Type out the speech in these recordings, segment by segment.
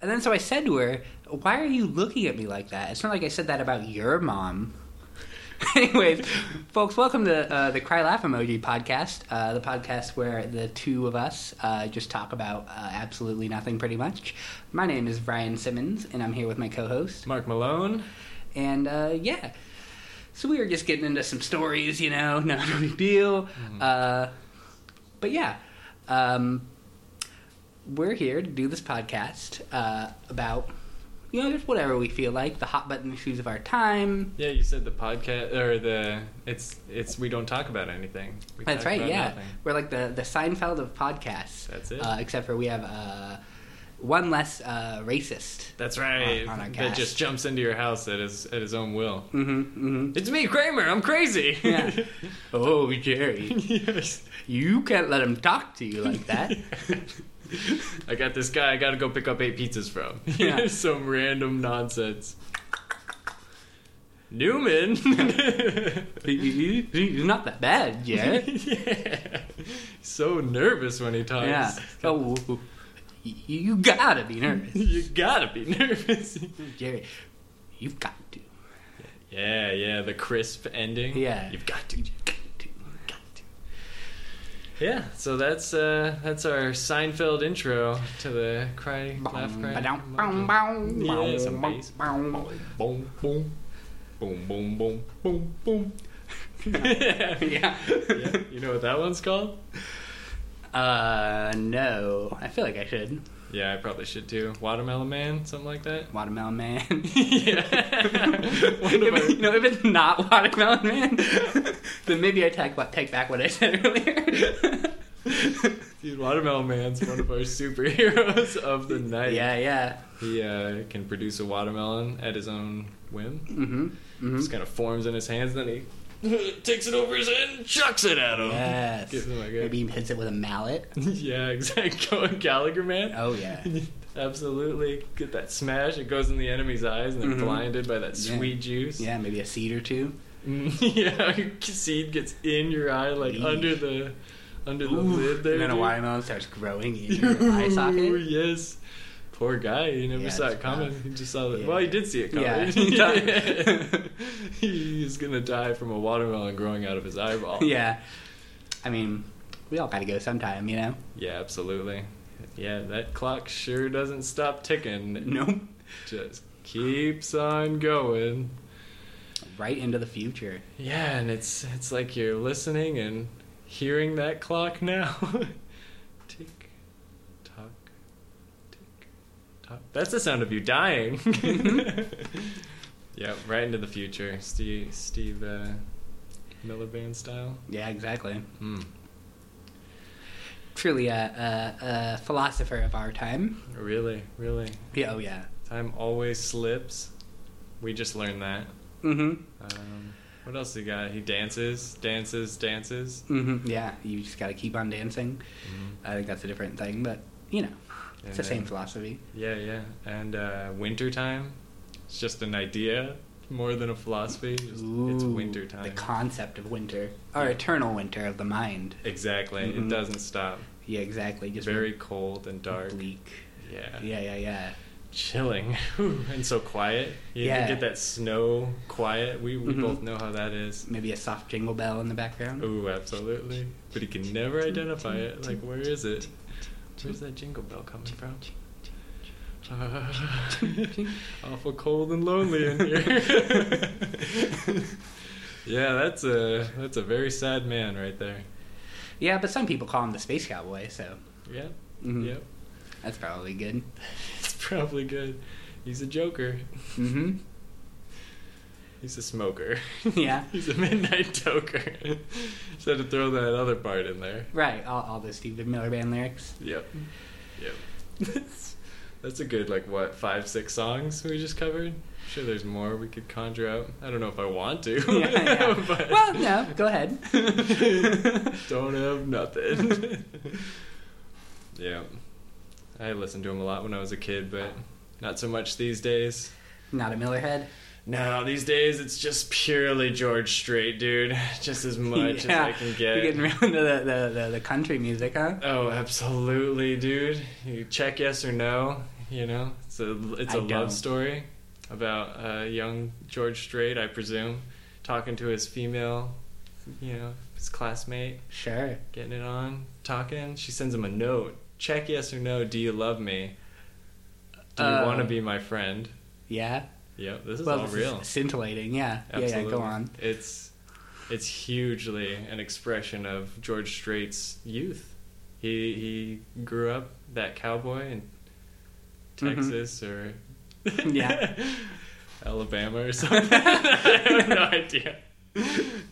And then so I said to her, "Why are you looking at me like that?" It's not like I said that about your mom. Anyways, folks, welcome to uh, the Cry Laugh Emoji podcast, uh, the podcast where the two of us uh, just talk about uh, absolutely nothing, pretty much. My name is Brian Simmons, and I'm here with my co-host, Mark Malone. and uh, yeah. So we were just getting into some stories, you know, not a big deal. Uh, but yeah, um, we're here to do this podcast uh, about, you know, just whatever we feel like, the hot button issues of our time, Yeah, you said the podcast or the it's it's we don't talk about anything. We That's talk right. about Yeah, nothing. we're like the the Seinfeld of podcasts. That's it. Uh, except for we have uh, one less uh, racist. That's right. On- on our that cast. just jumps into your house at his at his own will. Mm-hmm. It's me, Kramer. I'm crazy. Yeah. Oh, Jerry, yes. you can't let him talk to you like that. I got this guy. I got to go pick up eight pizzas from. Yeah. Some random nonsense. Newman. He- he- he- He's not that bad, yeah. yeah. So nervous when he talks. yeah. Oh, you- you gotta be nervous, you gotta be nervous. Jerry. You've got to. Yeah, yeah, the crisp ending. Yeah. You've got to. You've got to. You've got to. Yeah, so that's uh that's our Seinfeld intro to the cry laugh cry. Ba-dum, monkey. bum, bum, Yeah, bum, some bass. bum, bum. Boom boom boom boom boom boom boom. Yeah. yeah, you know what that one's called? Uh, no. I feel like I should. Yeah, I probably should too. Watermelon Man, something like that. Watermelon Man. yeah. One of if, our- you know, if it's not Watermelon Man, then maybe I take, what, take back what I said earlier. Dude, Watermelon Man's one of our superheroes of the night. yeah, yeah. He uh, can produce a watermelon at his own whim. Mm-hmm. hmm just kind of forms in his hands, then he takes it over his head and chucks it at him. Yes. Gives him like a- Maybe he hits it with a mallet. yeah, exactly. Going Gallagher man. Oh, yeah. Absolutely. Get that smash. It goes in the enemy's eyes, and they're Mhm. blinded by that Yeah. sweet juice. Yeah, maybe a seed or two. Mm, yeah. Seed gets in your eye, like Yeesh. under the under the Ooh, lid there. and then a dude. watermelon starts growing in your eye Ooh, socket. yes. Poor guy. He never Yeah, saw it's it coming. rough. He just saw it. Yeah. Well, he did see it coming. Yeah, he died. He's gonna die from a watermelon growing out of his eyeball. Yeah. I mean, we all gotta go sometime, you know? Yeah, absolutely. Yeah, that clock sure doesn't stop ticking. It Nope. Just keeps on going. Right into the future. Yeah, and it's it's like you're listening and hearing that clock now. tick tock tick tock. That's the sound of you dying. yeah, right into the future. Steve Steve uh, Miller Band style. Yeah, exactly. Hmm. Truly a, a, a philosopher of our time. Really, really. Yeah, oh yeah. Time always slips. We just learned that. Mm-hmm. Um, what else he got? He dances, dances, dances. Mm-hmm. Yeah, you just gotta keep on dancing. I think that's a different thing, but you know, it's the And same then- philosophy. Yeah, yeah. And uh, wintertime. It's just an idea more than a philosophy. Just, it's Ooh, wintertime. The concept of winter, or eternal winter of the mind. exactly. Mhm. It doesn't stop. Yeah, exactly. Just Very cold and dark. bleak. Yeah. Yeah, yeah, yeah. Chilling. Whew. and so quiet. You Yeah. get that snow quiet. We, we Mhm. both know how that is. Maybe a soft jingle bell in the background. Ooh, absolutely. But he can never identify it. Like, where is it? Where's that jingle bell coming from? Awful cold and lonely in here. yeah, that's a that's a very sad man right there. Yeah, but some people call him the space cowboy, so Yeah, mhm. yep. that's probably good. It's probably good. He's a joker. Mm-hmm. He's a smoker. Yeah. He's a midnight toker. Just had to throw that other part in there. Right. All, all the Steve Miller Band lyrics. Yep. Yep. That's a good like what five six songs we just covered. sure, there's more we could conjure up. I don't know if I want to. Yeah, yeah. but Well, no. Go ahead. don't have nothing. yeah, I listened to him a lot when I was a kid, but not so much these days. Not a Miller head. No, these days it's just purely George Strait, dude. Just as much Yeah. as I can You're get. getting real into the, the, the, the country music, huh? Oh, absolutely, dude. You check yes or no. you know? It's a, it's I a don't. love story about uh, young George Strait, I presume, talking to his female, you know, his classmate, Sure. getting it on, talking. She sends him a note. Check yes or no, do you love me? Do you Uh, want to be my friend? Yeah. Yep, this is well, all this real. Is scintillating. Yeah. Yeah. Yeah. Absolutely. Go on. It's it's hugely an expression of George Strait's youth. He he grew up that cowboy in Mhm. Texas or Yeah. Alabama or something. I have no idea.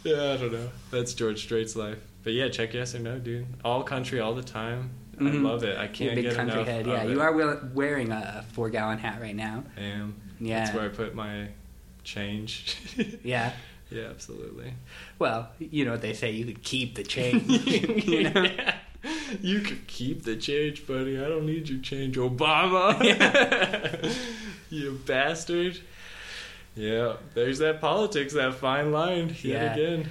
Yeah, I don't know. That's George Strait's life. But yeah, check yes or no, dude. All country, all the time. Mhm. I love it. You're I a can't big get country enough. head. of Yeah. You it. are wear- wearing a four gallon hat right now. I am. Yeah. That's where I put my change. Yeah. yeah, absolutely. Well, you know what they say. You could keep the change. you know. Yeah. You could keep the change, buddy. I don't need your change, Obama. you bastard. Yeah, there's that politics, that fine line yet Yeah. again.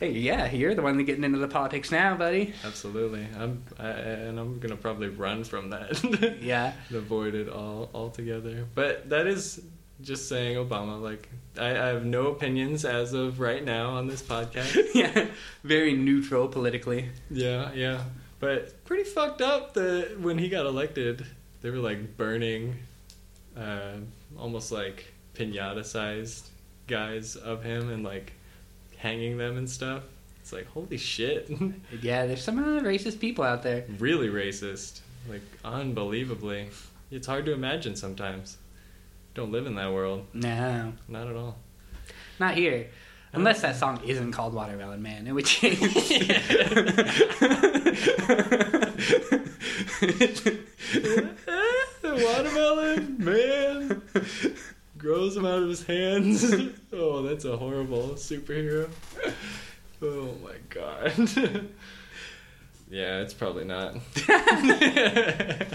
Hey, yeah. You're the one that's getting into the politics now, buddy. Absolutely. I'm I, and I'm going to probably run from that. Yeah. and avoid it all altogether. But that is just saying Obama like I, I have no opinions as of right now on this podcast. Yeah. Very neutral politically. Yeah, yeah. But pretty fucked up that when he got elected, they were like burning uh, almost like pinata sized guys of him and like hanging them and stuff. It's like, holy shit. Yeah. There's some uh, racist people out there. really racist. Like, unbelievably. It's hard to imagine sometimes. Don't live in that world. No. Not at all. Not here. Unless that song isn't called Watermelon Man, in which case. the watermelon man grows them out of his hands. Oh, that's a horrible superhero. Oh my god. yeah, it's probably not. yeah.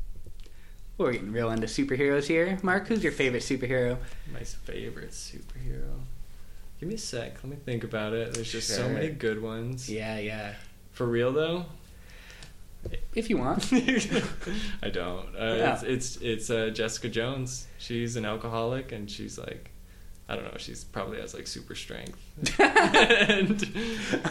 We're getting real into superheroes here. Mark, who's your favorite superhero? My favorite superhero. Give me a sec. Let me think about it. There's just so Sure. many good ones. Yeah, yeah. For real though, If you want. I don't. Uh, It's Yeah. it's, it's uh, Jessica Jones. She's an alcoholic, and she's like, I don't know. She's probably has like super strength. and,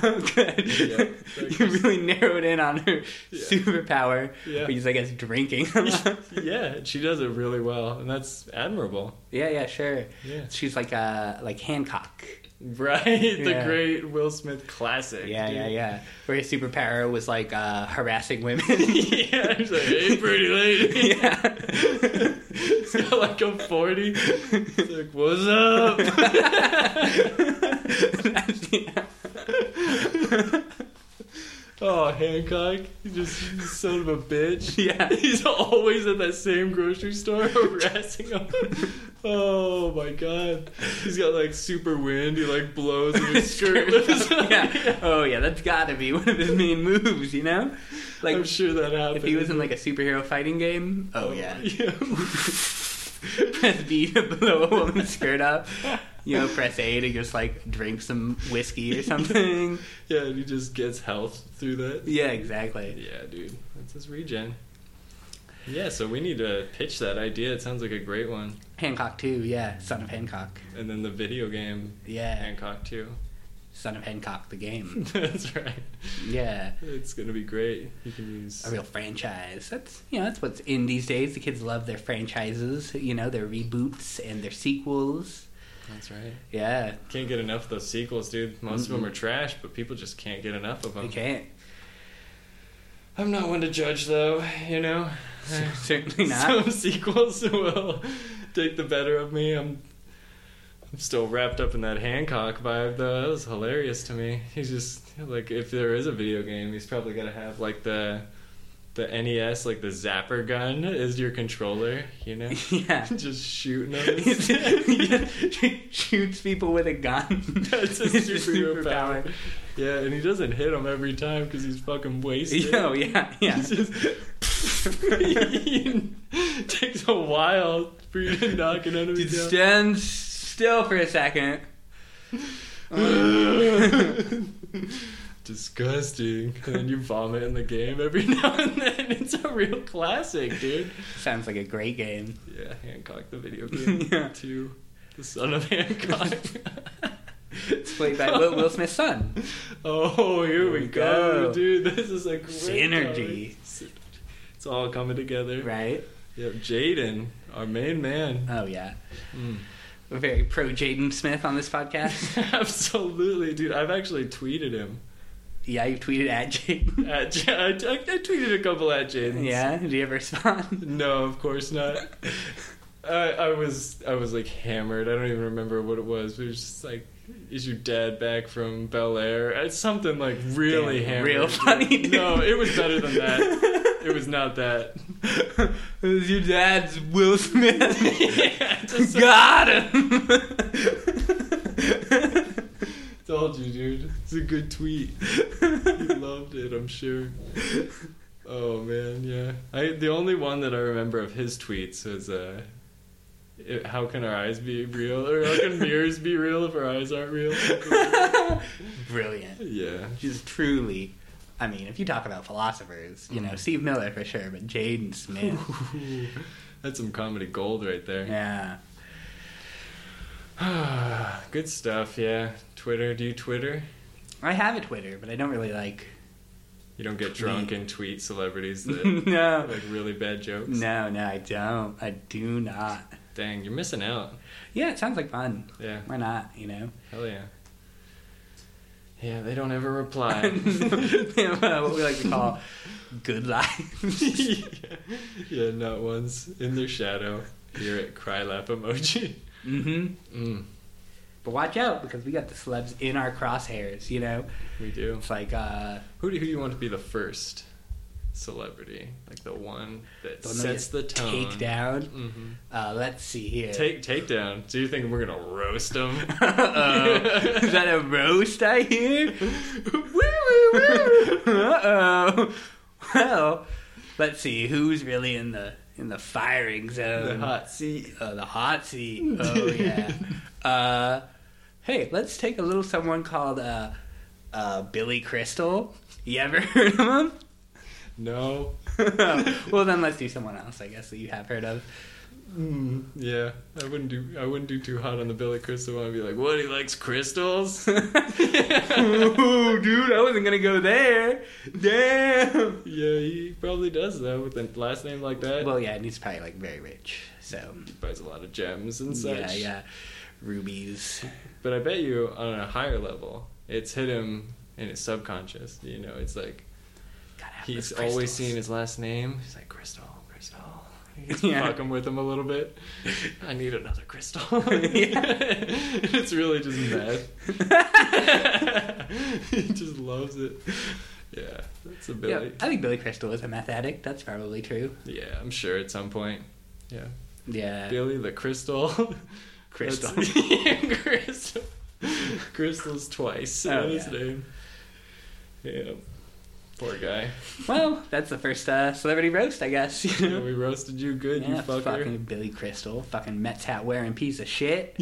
Oh, good. Yeah. you really narrowed in on her Yeah. superpower, Yeah. which is, I guess, drinking. yeah, she does it really well, and that's admirable. yeah, yeah, sure. Yeah, She's like uh, like Hancock. right. The Yeah. great Will Smith classic. Yeah, dude. yeah, yeah. Where his superpower was like uh, harassing women. yeah, she's like, hey, pretty lady. yeah. It's got like a forty. It's like, what's up? Oh, Hancock, you just you son of a bitch. yeah. He's always at that same grocery store harassing him. Oh my god. He's got like super wind. He like blows in his skirt. yeah. Oh yeah, that's gotta be one of his main moves, you know? Like I'm sure that happened. if he was in like a superhero fighting game, oh yeah. yeah. press B to blow a woman's skirt up. You know, press A to just like drink some whiskey or something. Yeah, and he just gets health through that. Yeah, exactly. Yeah, dude. That's his regen. Yeah, so we need to pitch that idea. It sounds like a great one. Hancock too, yeah. Son of Hancock. And then the video game, Yeah. Hancock too. Son of Hancock the game. That's right. Yeah. It's gonna be great. You can use a real franchise. That's you know that's what's in these days. The kids love their franchises, you know, their reboots and their sequels. That's right. Yeah, Can't get enough of those sequels, dude. Most of them are trash, but people just can't get enough of them. they can't. I'm not one to judge, though. You know, Cer- Certainly not. some sequels will take the better of me. I'm, I'm still wrapped up in that Hancock vibe, though. That was hilarious to me. He's just like, if there is a video game, he's probably gonna have like the, the NES, like the Zapper gun, is your controller. You know, yeah. just shooting them. shoots people with a gun. That's his It's superhero power. Yeah, and he doesn't hit him every time because he's fucking wasted. Yo, yeah, oh, yeah. It's just- takes a while for you to knock an enemy Dude, down. stand still for a second. disgusting. And then you vomit in the game every now and then. It's a real classic, dude. Sounds like a great game. Yeah, Hancock, the video game. Yeah. Two, the son of Hancock. It's played by Will, Will Smith's son. Oh, here we, we go. go. dude. This is a great Synergy. topic. It's all coming together. Right? Yep, Jaden, our main man. Oh, yeah. Mm. We're very pro Jaden Smith on this podcast. Absolutely, dude. I've actually tweeted him. Yeah, you tweeted at Jaden. At, J- I, I I tweeted a couple at Jaden. Yeah, did you ever respond? No, of course not. I, I was I was like hammered. I don't even remember what it was. But it was just like, is your dad back from Bel Air? Uh, It's something like really Damn, hammered. real dude. funny, dude. No, it was better than that. it was not that. it was your dad's Will Smith. Yeah, just like- Got him. Told you, dude. It's a good tweet. he loved it, I'm sure. Oh man, yeah. I the only one that I remember of his tweets was uh it- how can our eyes be real or how can mirrors be real if our eyes aren't real? Brilliant. yeah. Just truly. I mean, if you talk about philosophers, you know Steve Miller for sure, but Jaden Smith. Ooh, That's some comedy gold right there. yeah. good stuff, yeah. Twitter, do you Twitter? I have a Twitter, but I don't really like. You don't get drunk and tweet celebrities that no. like really bad jokes. No, no, I don't. I do not. Dang, you're missing out. Yeah, it sounds like fun. Yeah. Why not? You know. Hell yeah. Yeah, they don't ever reply. what we like to call good lives. yeah, not once. In their shadow. Here at Cry Laugh Emoji. hmm Mm, But watch out because we got the celebs in our crosshairs. You know, we do. it's like uh, Who do, who do you want to be the first celebrity? Like the one that don't know, sets just the tone. Take down. Mm-hmm. Uh, let's see here. Take takedown. Do you think we're gonna roast them? Uh-oh. Is that a roast I hear? woo woo woo. Uh oh. Well, let's see who's really in the in the firing zone. The hot seat. Uh, the hot seat. Oh yeah. uh, hey, let's take a little someone called uh, uh, Billy Crystal. You ever heard of him? No. well, then let's do someone else. I guess that you have heard of. Mm, yeah, I wouldn't do. I wouldn't do too hot on the Billy Crystal one. I'd be like, what? He likes crystals. Ooh, dude, I wasn't gonna go there. Damn. Yeah, he probably does though with a last name like that. Well, yeah, and he's probably like very rich, so he buys a lot of gems and such. yeah, yeah, rubies. But I bet you on a higher level, it's hit him in his subconscious. You know, it's like Gotta have he's those always crystals. seen his last name. He's like crystal, crystal. He's Yeah. fucking with him a little bit. I need another crystal. Yeah. it's really just mad. he just loves it. Yeah, that's a Yeah, Billy. I think Billy Crystal is a meth addict. That's probably true. yeah, I'm sure at some point. Yeah. Yeah, Billy the Crystal. Crystal. That's- yeah, Crystal. Crystal's twice. Oh, in his yeah. name. Yeah. Poor guy. well, that's the first uh, celebrity roast, I guess. You know? we roasted you good, you Yeah, fucker. fucking Billy Crystal, fucking Mets hat wearing piece of shit.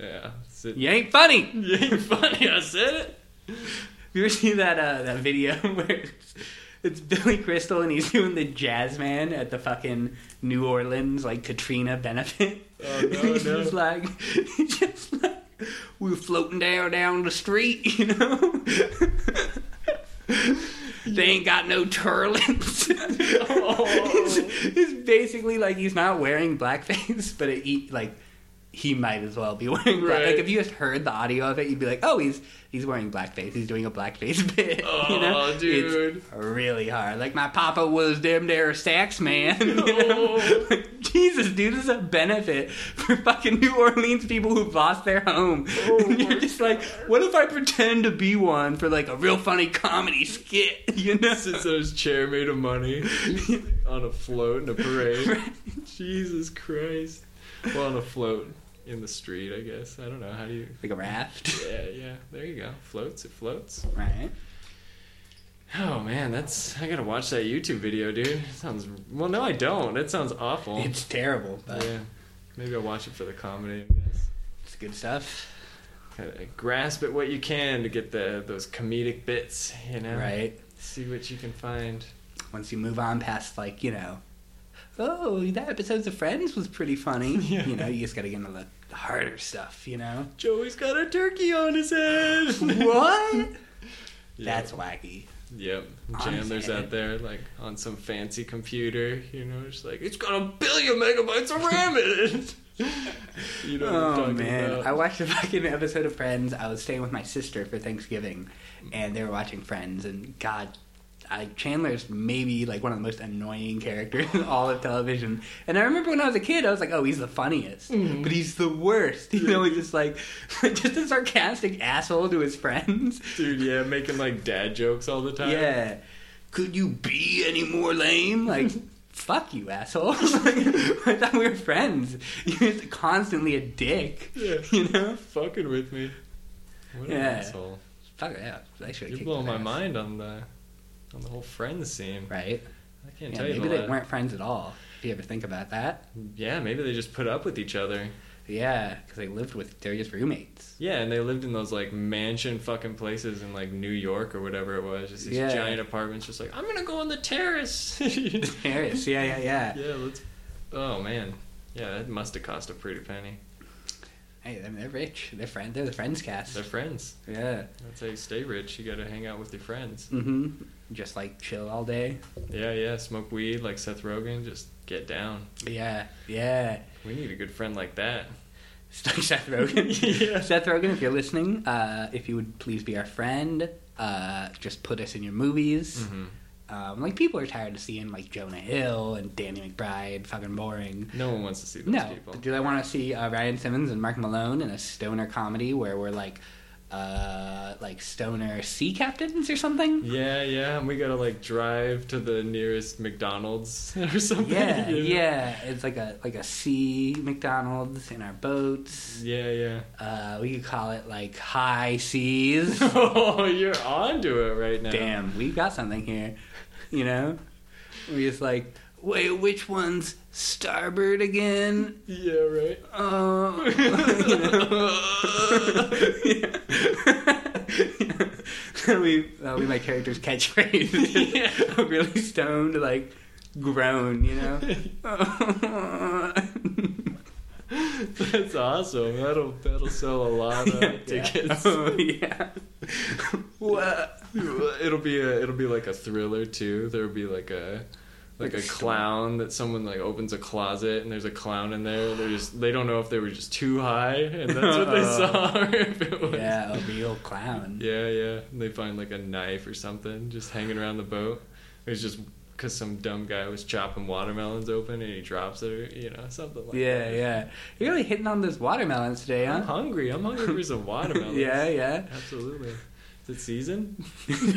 Yeah. that's it. You ain't funny. You ain't funny, I said it. You ever see that uh, that video where it's, it's Billy Crystal and he's doing the jazz man at the fucking New Orleans like Katrina benefit? Oh, no, he's no. just like, he's just like, we were floating down down the street, you know. They ain't got no turlins. Oh. it's, it's basically like he's not wearing blackface, but it, he, like he might as well be wearing black. Right. Like if you just heard the audio of it, you'd be like, "Oh, he's he's wearing blackface. He's doing a blackface bit." Oh, you know? dude. it's really hard. Like my papa was them there sax man. you know? Oh. Like, Jesus, dude, this is a benefit for fucking New Orleans people who've lost their home. and Oh my you're just like, what if I pretend to be one for like a real funny comedy skit? You know. Sits on his chair made of money on a float in a parade. Jesus Christ. Well, on a float in the street, I guess. I don't know. How do you. Like a raft, Yeah, yeah. There you go. Floats. It floats. right? Oh man, that's I gotta watch that YouTube video, dude. It sounds well. No, I don't. That sounds awful. It's terrible, but yeah, maybe I'll watch it for the comedy. I guess. it's good stuff. Gotta grasp at what you can to get the those comedic bits, you know. right? See what you can find. Once you move on past, like, you know, oh, that episode of Friends was pretty funny. Yeah. You know, you just got to get into the harder stuff, you know? Joey's got a turkey on his head. what? Yep. That's wacky. Yep. On his Chandler's head. out there, like, on some fancy computer, you know, just like, it's got a billion megabytes of RAM in it. you know what I'm Oh talking man, about. I watched a fucking episode of Friends. I was staying with my sister for Thanksgiving, and they were watching Friends. And God, I, Chandler's maybe like one of the most annoying characters in all of television. And I remember when I was a kid, I was like, "Oh, he's the funniest," Mhm. but he's the worst. You know, he's just like just a sarcastic asshole to his friends. Dude, yeah, making, like, dad jokes all the time. Yeah, could you be any more lame? Like. Fuck you, asshole! I thought we were friends. You're just constantly a dick. Yeah. You know. Fucking with me. What an Yeah. asshole. Fuck yeah! They should You're blowing my mind on the on the whole friends scene. Right? I can't Yeah, tell you maybe the they la- weren't friends at all. If you ever think about that, Yeah, maybe they just put up with each other. yeah, because they lived with they're just roommates. Yeah, and they lived in those like mansion fucking places in like New York or whatever it was. Just these Yeah. giant apartments. Just like I'm gonna go on the terrace. yeah, Paris, yeah, yeah, yeah. let's. Oh man, yeah, that must have cost a pretty penny. Hey, I mean, they're rich. They're friend. They're the friends cast. They're friends. yeah. That's how you stay rich. You gotta hang out with your friends. Mm-hmm. Just like chill all day. Yeah, yeah. Smoke weed like Seth Rogen. Just get down. Yeah, yeah. We need a good friend like that. It's like Seth Rogen. Yeah. Seth Rogen, if you're listening, uh, if you would please be our friend, uh, just put us in your movies. hmm Um, like people are tired of seeing like Jonah Hill and Danny McBride, fucking boring. No one wants to see those No, people. but do I want to see uh, Ryan Simmons and Mark Malone in a stoner comedy where we're like, uh, like stoner sea captains or something? Yeah, yeah, and we gotta like drive to the nearest McDonald's or something. Yeah, you know? yeah. It's like a like a sea McDonald's in our boats. Yeah, yeah. Uh, we could call it like high seas. Oh, you're onto it right now. Damn, we got something here. You know, we just like. Wait, which one's starboard again? Yeah, right. Oh, you That'll be, that'll be my uh, character's catchphrase. A really stoned, like, groan, you know? That's awesome. That'll that'll sell a lot of tickets. Oh, yeah. what? It'll be a it'll be like a thriller too. There'll be like a like Like a a clown that someone like opens a closet and there's a clown in there. They just they don't know if they were just too high and that's what they Oh. saw or if it was Yeah, a real clown. Yeah, yeah. And they find like a knife or something just hanging around the boat. It was just because some dumb guy was chopping watermelons open and he drops it, or, you know, something like Yeah, that. yeah. You're really hitting on those watermelons today, I'm huh? hungry. I'm hungry for some watermelons. Yeah, yeah. Absolutely. Is it season?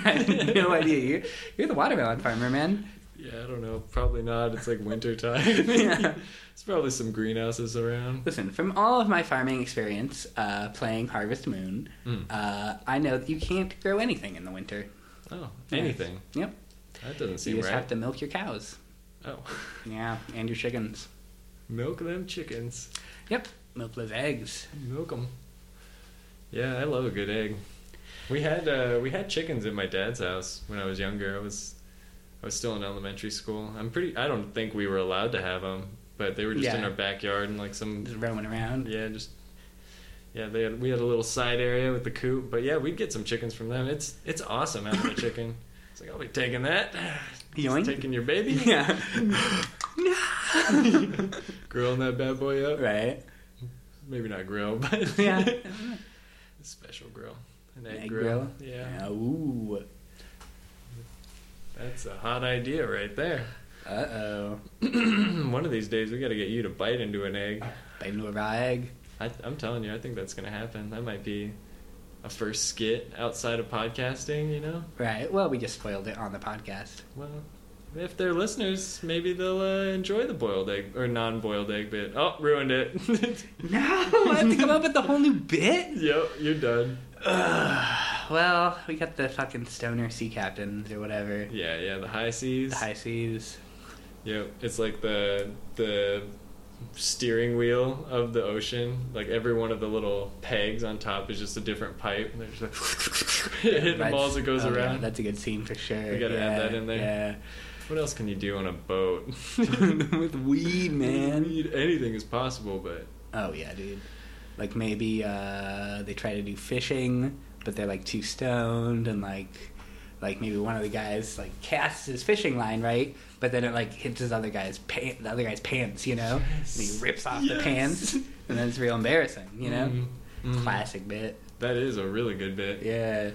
I had no idea. You're, you're the watermelon farmer, man. Yeah, I don't know. Probably not. It's like winter time. Yeah. There's probably some greenhouses around. Listen, from all of my farming experience uh, playing Harvest Moon, Mm. uh, I know that you can't grow anything in the winter. Oh, anything. Yep. That doesn't you seem just right. have to milk your cows. Oh, Yeah, and your chickens. milk them chickens. Yep. Milk those eggs. Milk 'em. Yeah, I love a good egg. We had uh, we had chickens at my dad's house when I was younger. I was I was still in elementary school. I'm pretty. I don't think we were allowed to have them, but they were just in Yeah. our backyard and like some Just roaming around. yeah just yeah they had, we had a little side area with the coop. But yeah, we'd get some chickens from them. It's it's awesome having a chicken. It's like I'll be taking that. Just Yoink. taking your baby. Yeah. Grilling that bad boy up. right. Maybe not grill, but Yeah. special grill. An Egg egg, grill. grill? yeah. Yeah, Ooh. That's a hot idea right there. Uh oh. One of these days, we got to get you to bite into an egg. Bite into a raw egg. I, I'm telling you, I think that's gonna happen. That might be a first skit outside of podcasting. You know, Right. Well, we just spoiled it on the podcast. well, if they're listeners, maybe they'll uh, enjoy the boiled egg or non-boiled egg bit. Oh, ruined it. No, I have to come up with a whole new bit. yep, you're done. Ugh. Well, we got the fucking stoner sea captains or whatever. Yeah, yeah. The high seas. The high seas. Yep, it's like the the steering wheel of the ocean. Like every one of the little pegs on top is just a different pipe. And they're just like hitting the That's- balls that goes oh, yeah, around. that's a good scene for sure. We gotta yeah, add that in there. what else can you do on a boat? Yeah. With weed, man. Weed, anything is possible, but Oh yeah, dude. Like maybe uh, they try to do fishing, but they're like too stoned, and like, like maybe one of the guys like casts his fishing line right, but then it like hits his other guy's pant, the other guy's pants, you know, and he Yes. rips off the Yes. pants, and then it's real embarrassing, you know. Mhm. Mhm. Classic bit. That is a really good bit. Yeah.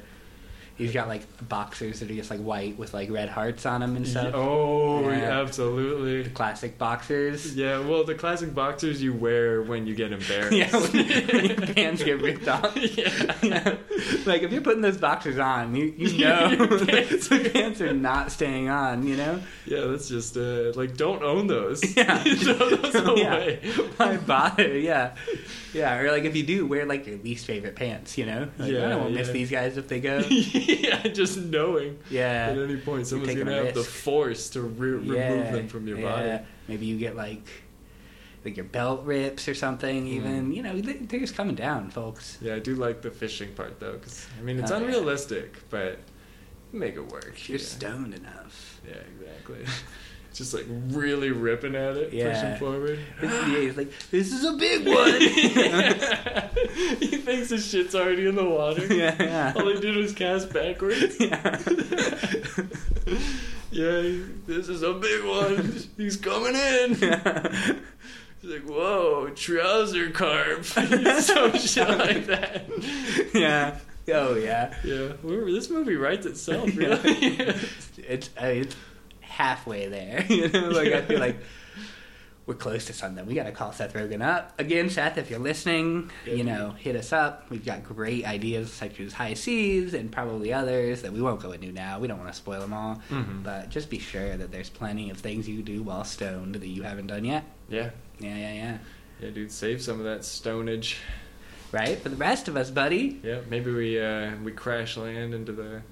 You've got like boxers that are just like white with like red hearts on them and stuff. Oh, Yeah. absolutely. Classic boxers. Yeah, well, the classic boxers you wear when you get embarrassed. Yeah, when your pants get ripped off. Yeah. like if you're putting those boxers on, you, you know Your pants. pants- the pants are not staying on. You know, Yeah, that's just uh, like don't own those. Yeah. Throw those Yeah. away. why bother? Yeah, yeah. Or like if you do wear like your least favorite pants, you know, like, I Yeah, don't want to miss yeah. these guys if they go. yeah, just knowing at Yeah, any point someone's taking gonna a have the risk. force to re- yeah. remove them from your yeah. Maybe you get like like your belt rips or something. Hmm. Even you know they- they're just coming down, folks. body. Yeah, I do like the fishing part though, because I mean it's Oh, yeah. unrealistic, but you make it work. You're yeah. stoned enough. Yeah, exactly. just like really ripping at it, Yeah. pushing forward. yeah, he's like, this is a big one. he thinks his shit's already in the water. yeah. All he did was cast backwards. yeah. yeah, he- this is a big one. He's coming in. He's like, whoa, trouser carp. Some shit like that. yeah. Oh yeah. Yeah, we this movie writes itself, really. it's I mean, it's halfway there. You know, like I feel like we're close to something. We got to call Seth Rogen up again. Seth, if you're listening, you know, hit us up. We've got great ideas such as High Seas and probably others that we won't go into now. We don't want to spoil them all, Mhm. but just be sure that there's plenty of things you do while stoned that you haven't done yet. yeah. Yeah, yeah, yeah. Yeah, dude, save some of that stonage. Right for the rest of us, buddy. Yeah, maybe we uh, we crash land into the,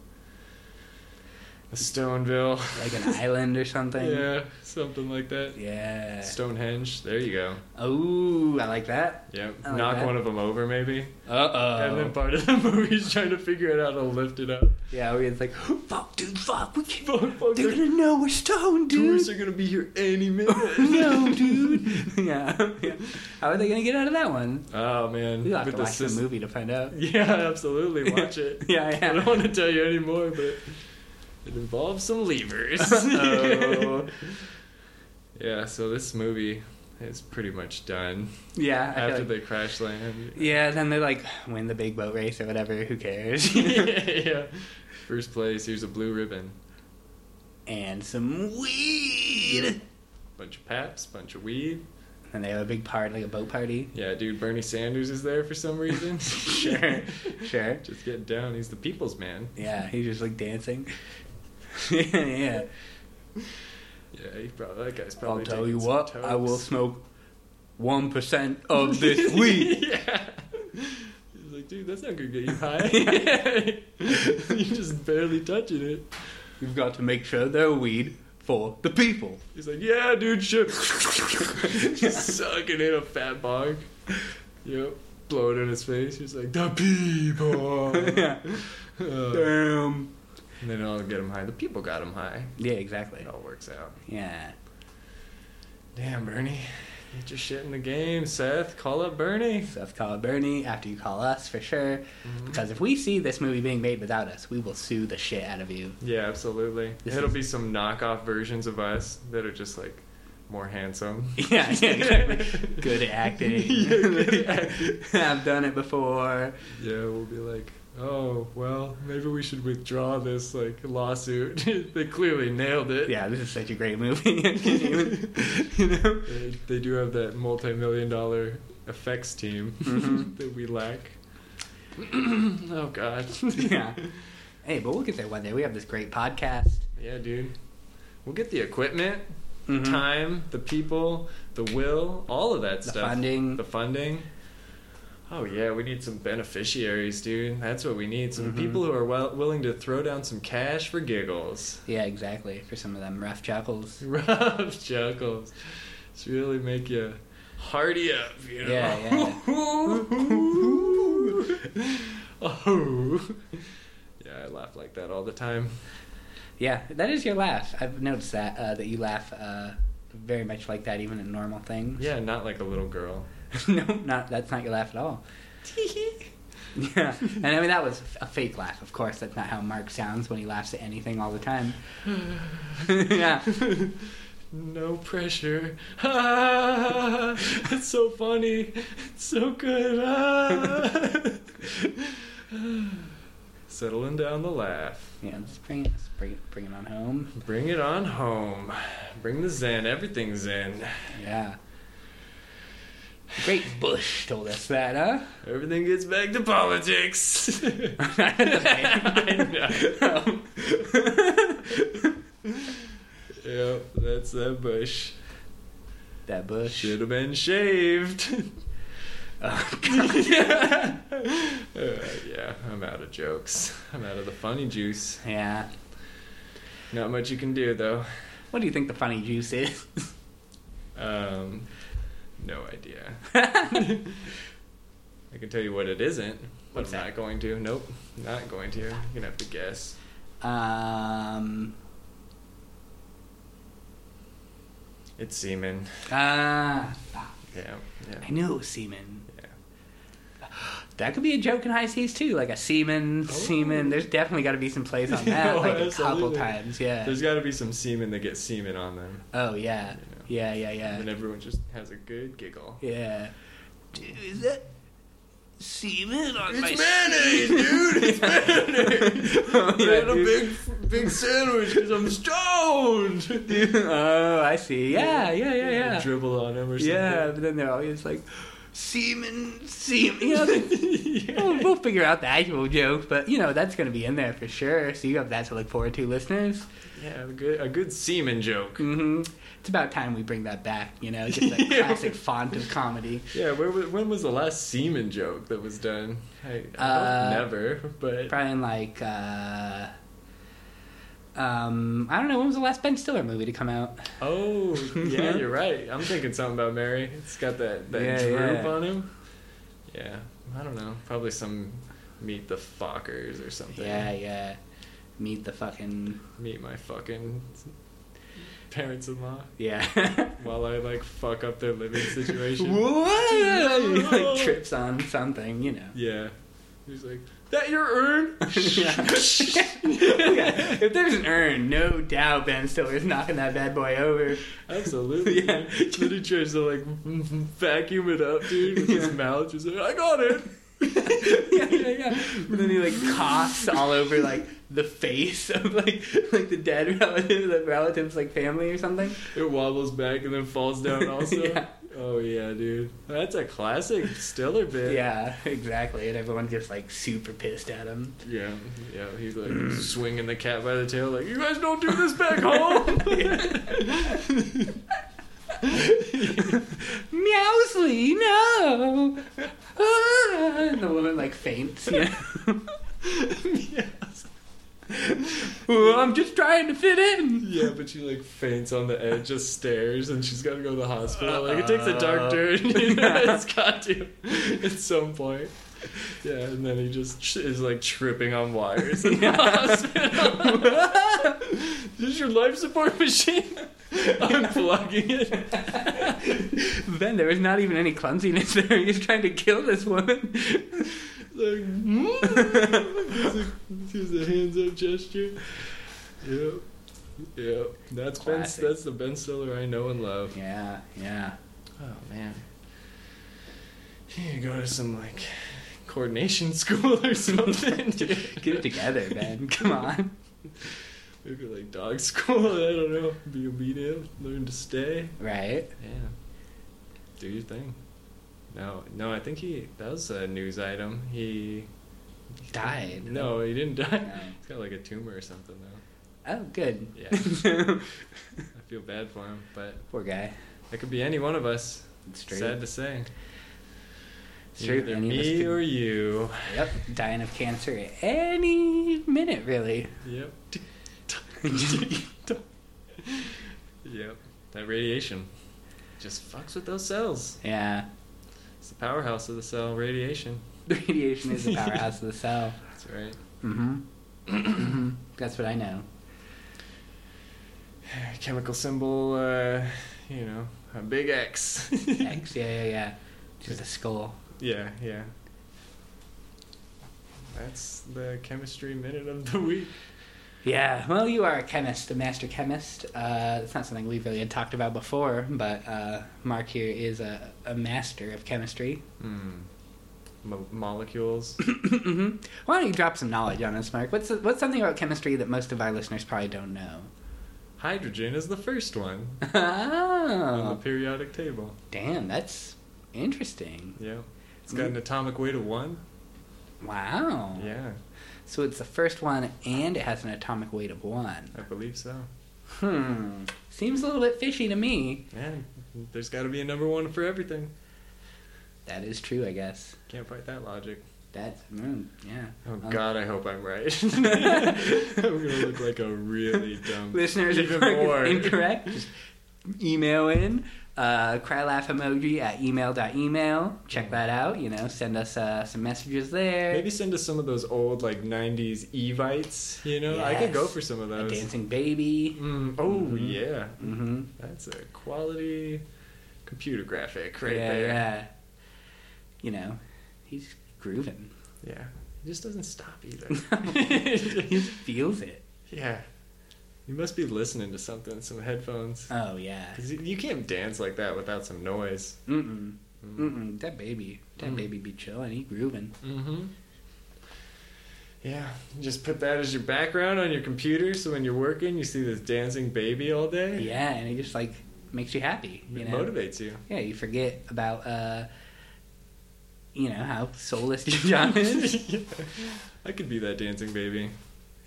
the Stoneville. Like an island or something. Yeah, something like that. Yeah. Stonehenge. There you go. Oh, I like that. Yep. I like Knock that. one of them over, maybe. And then Uh part of the movie's trying to figure it out how to lift it up. Yeah, we it's like, fuck, dude, fuck, we can't. Fuck, fuck, They're the gonna know we're stoned, tourists dude. are gonna be here any minute. no, dude. yeah, yeah. How are they gonna get out of that one? Oh man. We will have With to the watch the sys- movie to find out. Yeah, absolutely. Watch it. Yeah, I don't yeah. want to tell you anymore, but it involves some levers. Uh-oh. yeah. So this movie is pretty much done Yeah. I after feel like, they crash land. yeah, then they like win the big boat race or whatever. Who cares? yeah. First place. Here's a blue ribbon. and some weed. Bunch of paps. Bunch of weed. And they have a big party, like a boat party. Yeah, dude, Bernie Sanders is there for some reason. Sure, sure. Just getting down. He's the people's man. Yeah, he's just like dancing. yeah, yeah. Yeah, he probably that guy's I'll probably. tell taking you some what, I will tokes. smoke one percent of this weed. yeah. He's like, dude, that's not gonna get you high. You're just barely touching it. We've got to make sure they're weed for the people. He's like, yeah, dude, shit. just sucking in a fat bong. Yep. Blow it in his face. He's like, the people. yeah. Uh, Damn. and then I'll get him high. The people got him high. Yeah, exactly. It all works out. Yeah. Damn, Bernie. Get your shit in the game, Seth. Call up Bernie. Seth, call Bernie after you call us for sure. Because if we see this movie being made without us, we will sue the shit out of you. Yeah, absolutely. This It'll is- be some knockoff versions of us that are just like more handsome. yeah, yeah, exactly. Good at acting. Yeah, good at acting. I've done it before. Yeah, we'll be like, oh, well, maybe we should withdraw this like lawsuit. they clearly nailed it. Yeah, this is such a great movie. I can't even- you know? They, they do have that multi-million dollar effects team Mhm. that we lack. oh God. Yeah. Hey, but we'll get there one day. We have this great podcast. Yeah, dude. We'll get the equipment, Mhm. time, the people, the will, all of that The stuff. funding. The funding. Oh yeah, we need some beneficiaries, dude. That's what we need. Some Mhm. people who are well, willing to throw down some cash for giggles. Yeah, exactly. For some of them rough chuckles. Rough chuckles. It's really make you Hardy up, you know. Yeah, oh. Yeah, I laugh like that all the time. Yeah, that is your laugh. I've noticed that uh, that you laugh uh, very much like that, even in normal things. Yeah, not like a little girl. no, not that's not your laugh at all. Yeah, and I mean that was a fake laugh. Of course, that's not how Mark sounds when he laughs at anything all the time. yeah, no pressure. it's so funny. It's so good. Settling down the laugh. yeah. Let's bring it, let's bring it, bring it on home. Bring it on home. Bring the zen. Everything's zen. Yeah. Great Bush told us that, huh? Everything gets back to politics. I Yep, that's that bush. that Bush. Should have been shaved. Uh, Oh, yeah. yeah, I'm out of jokes. I'm out of the funny juice. yeah. Not much you can do though. What do you think the funny juice is? Um, no idea. I can tell you what it isn't, but What's I'm that? not going to. Nope, not going to. You're gonna have to guess. um. It's semen. Ah, fuck. Yeah, yeah, I knew it was semen. yeah. That could be a joke in high seas too, like a semen, Oh. semen. There's definitely got to be some plays on Yeah, that, oh, like a couple absolutely. times. Yeah. There's got to be some semen that gets semen on them, oh yeah. Yeah yeah yeah. and everyone just has a good giggle. Yeah. Dude, is that semen on my? mayonnaise, dude. It's mayonnaise. Oh, yeah, dude. big, big sandwich because I'm stoned. oh, I see. Yeah yeah yeah yeah. Yeah, Dribble on him or something. but then they're always like, semen, semen. You know, they- We'll, yeah. we'll figure out the actual joke, but you know that's going to be in there for sure. So you have that to look forward to, listeners. yeah, a good, a good semen joke. hmm It's about time we bring that back. You know, just that Yeah. classic font of comedy. Yeah, where, wa- when was the last semen joke that was done? I, I Uh, hope never, but Probably in like, uh, um, I don't know. When was the last Ben Stiller movie to come out? oh, Yeah. yeah, you're right. I'm thinking something about Mary. It's got that that Yeah, droop yeah. on him. Yeah, I don't know. Probably some meet the Fockers or something. Yeah, yeah. Meet the fucking meet my fucking parents-in-law yeah. while I like fuck up their living situation. Whoa! He, like trips on something, you know. yeah. He's like, that your urn? Yeah, If there's an urn, no doubt Ben Stiller's knocking that bad boy over. Absolutely. Yeah. Yeah. Then he tries to like vacuum it up, dude, with Yeah. his mouth. Just like, I got it. yeah, yeah, yeah. But then he like coughs all over like the face of like like the dead relative, the relatives like family or something. It wobbles back and then falls down. Also. Yeah. Oh yeah, dude. That's a classic Stiller bit. Yeah, exactly. And everyone's just like super pissed at him. Yeah. Yeah. He's like swinging the cat by the tail, like, you guys don't do this back home. Meowsley, no. Ah, and the woman like faints. You know? "Well, I'm just trying to fit in. Yeah, but she like faints on the edge of stairs, and she's got to go to the hospital. Like it takes a doctor, and you know, it's got to at some point. Yeah, and then he just tr- is like tripping on wires in the hospital. This is your life support machine? Unplugging it. Then there was not even any clumsiness there. He's trying to kill this woman. Like, it's like here's a hands up gesture. Yep. Yep. That's ben, Classic. that's the Ben Stiller I know and love. Yeah, yeah. Oh man. You go to some like coordination school or something. dude. Get it together, Ben. Come on. Maybe like dog school, I don't know. Be obedient, learn to stay. Right. Yeah. Do your thing. No, no, I think he that was a news item. He Died. No, he didn't die. No. He's got like a tumor or something though. Oh, good. Yeah. I feel bad for him, but Poor guy. it could be any one of us. It's true. Sad to say. It's true. Either Any of us me could- or you. Yep. Dying of cancer at any minute, really. Yep. yep. That radiation. just fucks with those cells. Yeah. It's the powerhouse of the cell, radiation. The radiation is the powerhouse of the cell. That's right. Mm-hmm. hmm That's what I know. Chemical symbol, uh, you know, a big X. X, yeah, yeah, yeah. Just a skull. Yeah, yeah. That's the chemistry minute of the week. Yeah, well, you are a chemist, a master chemist. Uh, it's not something we've really had talked about before, but uh, Mark here is a, a master of chemistry. Mm. Mo- molecules. hmm Why don't you drop some knowledge on us, Mark? What's what's something about chemistry that most of our listeners probably don't know? Hydrogen is the first one on the oh, periodic table. damn, that's interesting. Yeah. It's got an atomic weight of one. Wow. Yeah, So it's the first one, and it has an atomic weight of one. I believe so. Hmm. Seems a little bit fishy to me. Yeah, there's got to be a number one for everything. That is true, I guess. Can't fight that logic. That's mm, yeah. Oh Um, God, I hope I'm right. I'm gonna look like a really dumb Listeners, Even if Mark is more. incorrect, just email in uh, cry laugh emoji at email dot email. Check that out. You know, send us uh, some messages there. Maybe send us some of those old like '90s Evites. You know, I could go Yes. for some of a those. dancing baby. Mm, oh Mhm. yeah, Mm-hmm. that's a quality computer graphic right yeah, there. yeah. You know, he's grooving. yeah, it just doesn't stop either. he feels it. yeah, you must be listening to something, some headphones. Oh yeah. 'Cause you- you can't dance like that without some noise. Mm-mm. Mm-mm. That baby. That Mm. baby be chilling. He grooving. Mm-hmm. Yeah, just put that as your background on your computer, so when you're working, you see this dancing baby all day. Yeah, and he just like makes you happy. it You know. motivates you. Yeah, you forget about uh, you know how soulless your job is. I could be that dancing baby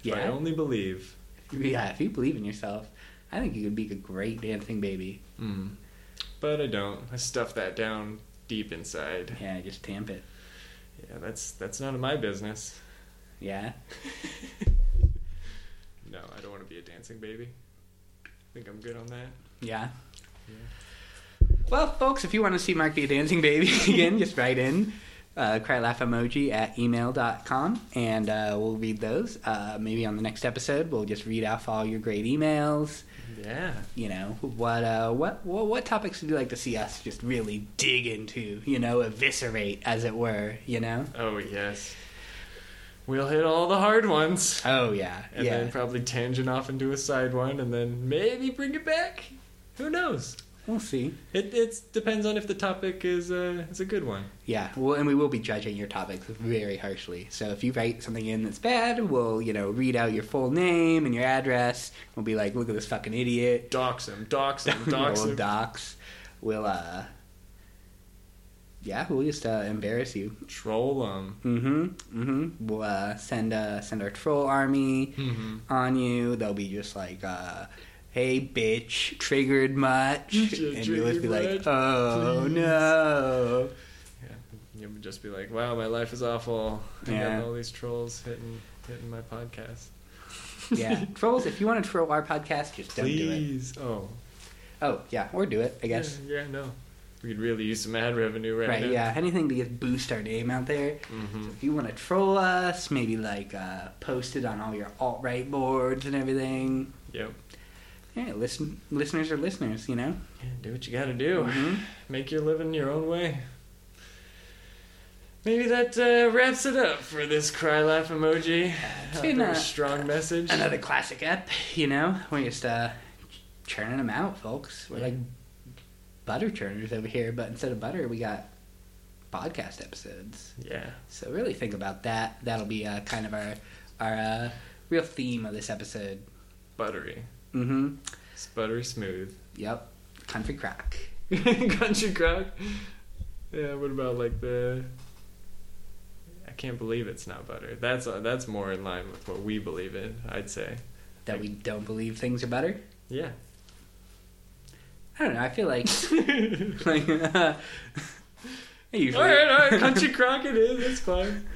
if I yeah. only believe. Yeah. If you believe in yourself, I think you could be a great dancing baby. Mm. But I don't. I stuff that down deep inside. Yeah. Just tamp it. Yeah, that's that's none of my business. Yeah. No, I don't want to be a dancing baby. I think I'm good on that. Yeah. Well, folks, if you want to see Mark be a dancing baby again, just write in uh, cry laugh emoji at email.com and uh, we'll read those. Uh, maybe on the next episode, we'll just read off all your great emails. Yeah. You know, what, uh, what, what, what topics would you like to see us just really dig into, you know, eviscerate, as it were, you know? Oh yes. We'll hit all the hard ones. Oh, yeah. and yeah. then probably tangent off into a side one, and then maybe bring it back. Who knows? we'll see. It it's, depends on if the topic is a is a good one. Yeah, well, and we will be judging your topics very harshly. So if you write something in that's bad, we'll you know read out your full name and your address. We'll be like, look at this fucking idiot. Dox him, dox him, dox we'll him. dox. We'll uh, yeah, we'll just uh, embarrass you. Troll him. Mm-hmm. Mm-hmm. We'll uh, send uh, send our troll army Mm-hmm. on you. They'll be just like, uh, hey, bitch, triggered much, Yeah, and you'll just be triggered like, much, oh please." no. Yeah, you'll just be like, wow, my life is awful. I Yeah. got all these trolls hitting hitting my podcast. Yeah, trolls. If you want to troll our podcast, just don't do it. Please. Oh, Oh yeah, or do it. I guess. Yeah, yeah, no. We could really use some ad revenue right, right. now. Yeah. Anything to just boost our name out there. hmm If you want to troll us, maybe like uh, post it on all your alt right boards and everything. Yep. Yeah, listen. Listeners are listeners. You know. Yeah, do what you gotta do. Mhm. Make your living your own way. Maybe that uh, wraps it up for this cry laugh emoji. it's Uh, been, very uh, strong message. Another classic app. You know, we're just uh, churning them out, folks. We're like butter churners over here, but instead of butter, we got podcast episodes. Yeah, So really think about that. That'll be uh, kind of our our uh, real theme of this episode. buttery. Mm-hmm. It's buttery smooth. Yep. Country crack. Country crock. Yeah, what about like the. I can't believe it's not butter. That's uh, that's more in line with what we believe in, I'd say. That we don't believe things are better. Yeah. I don't know. I feel like like uh, I usually Alright, alright, country crock it is, it's fine.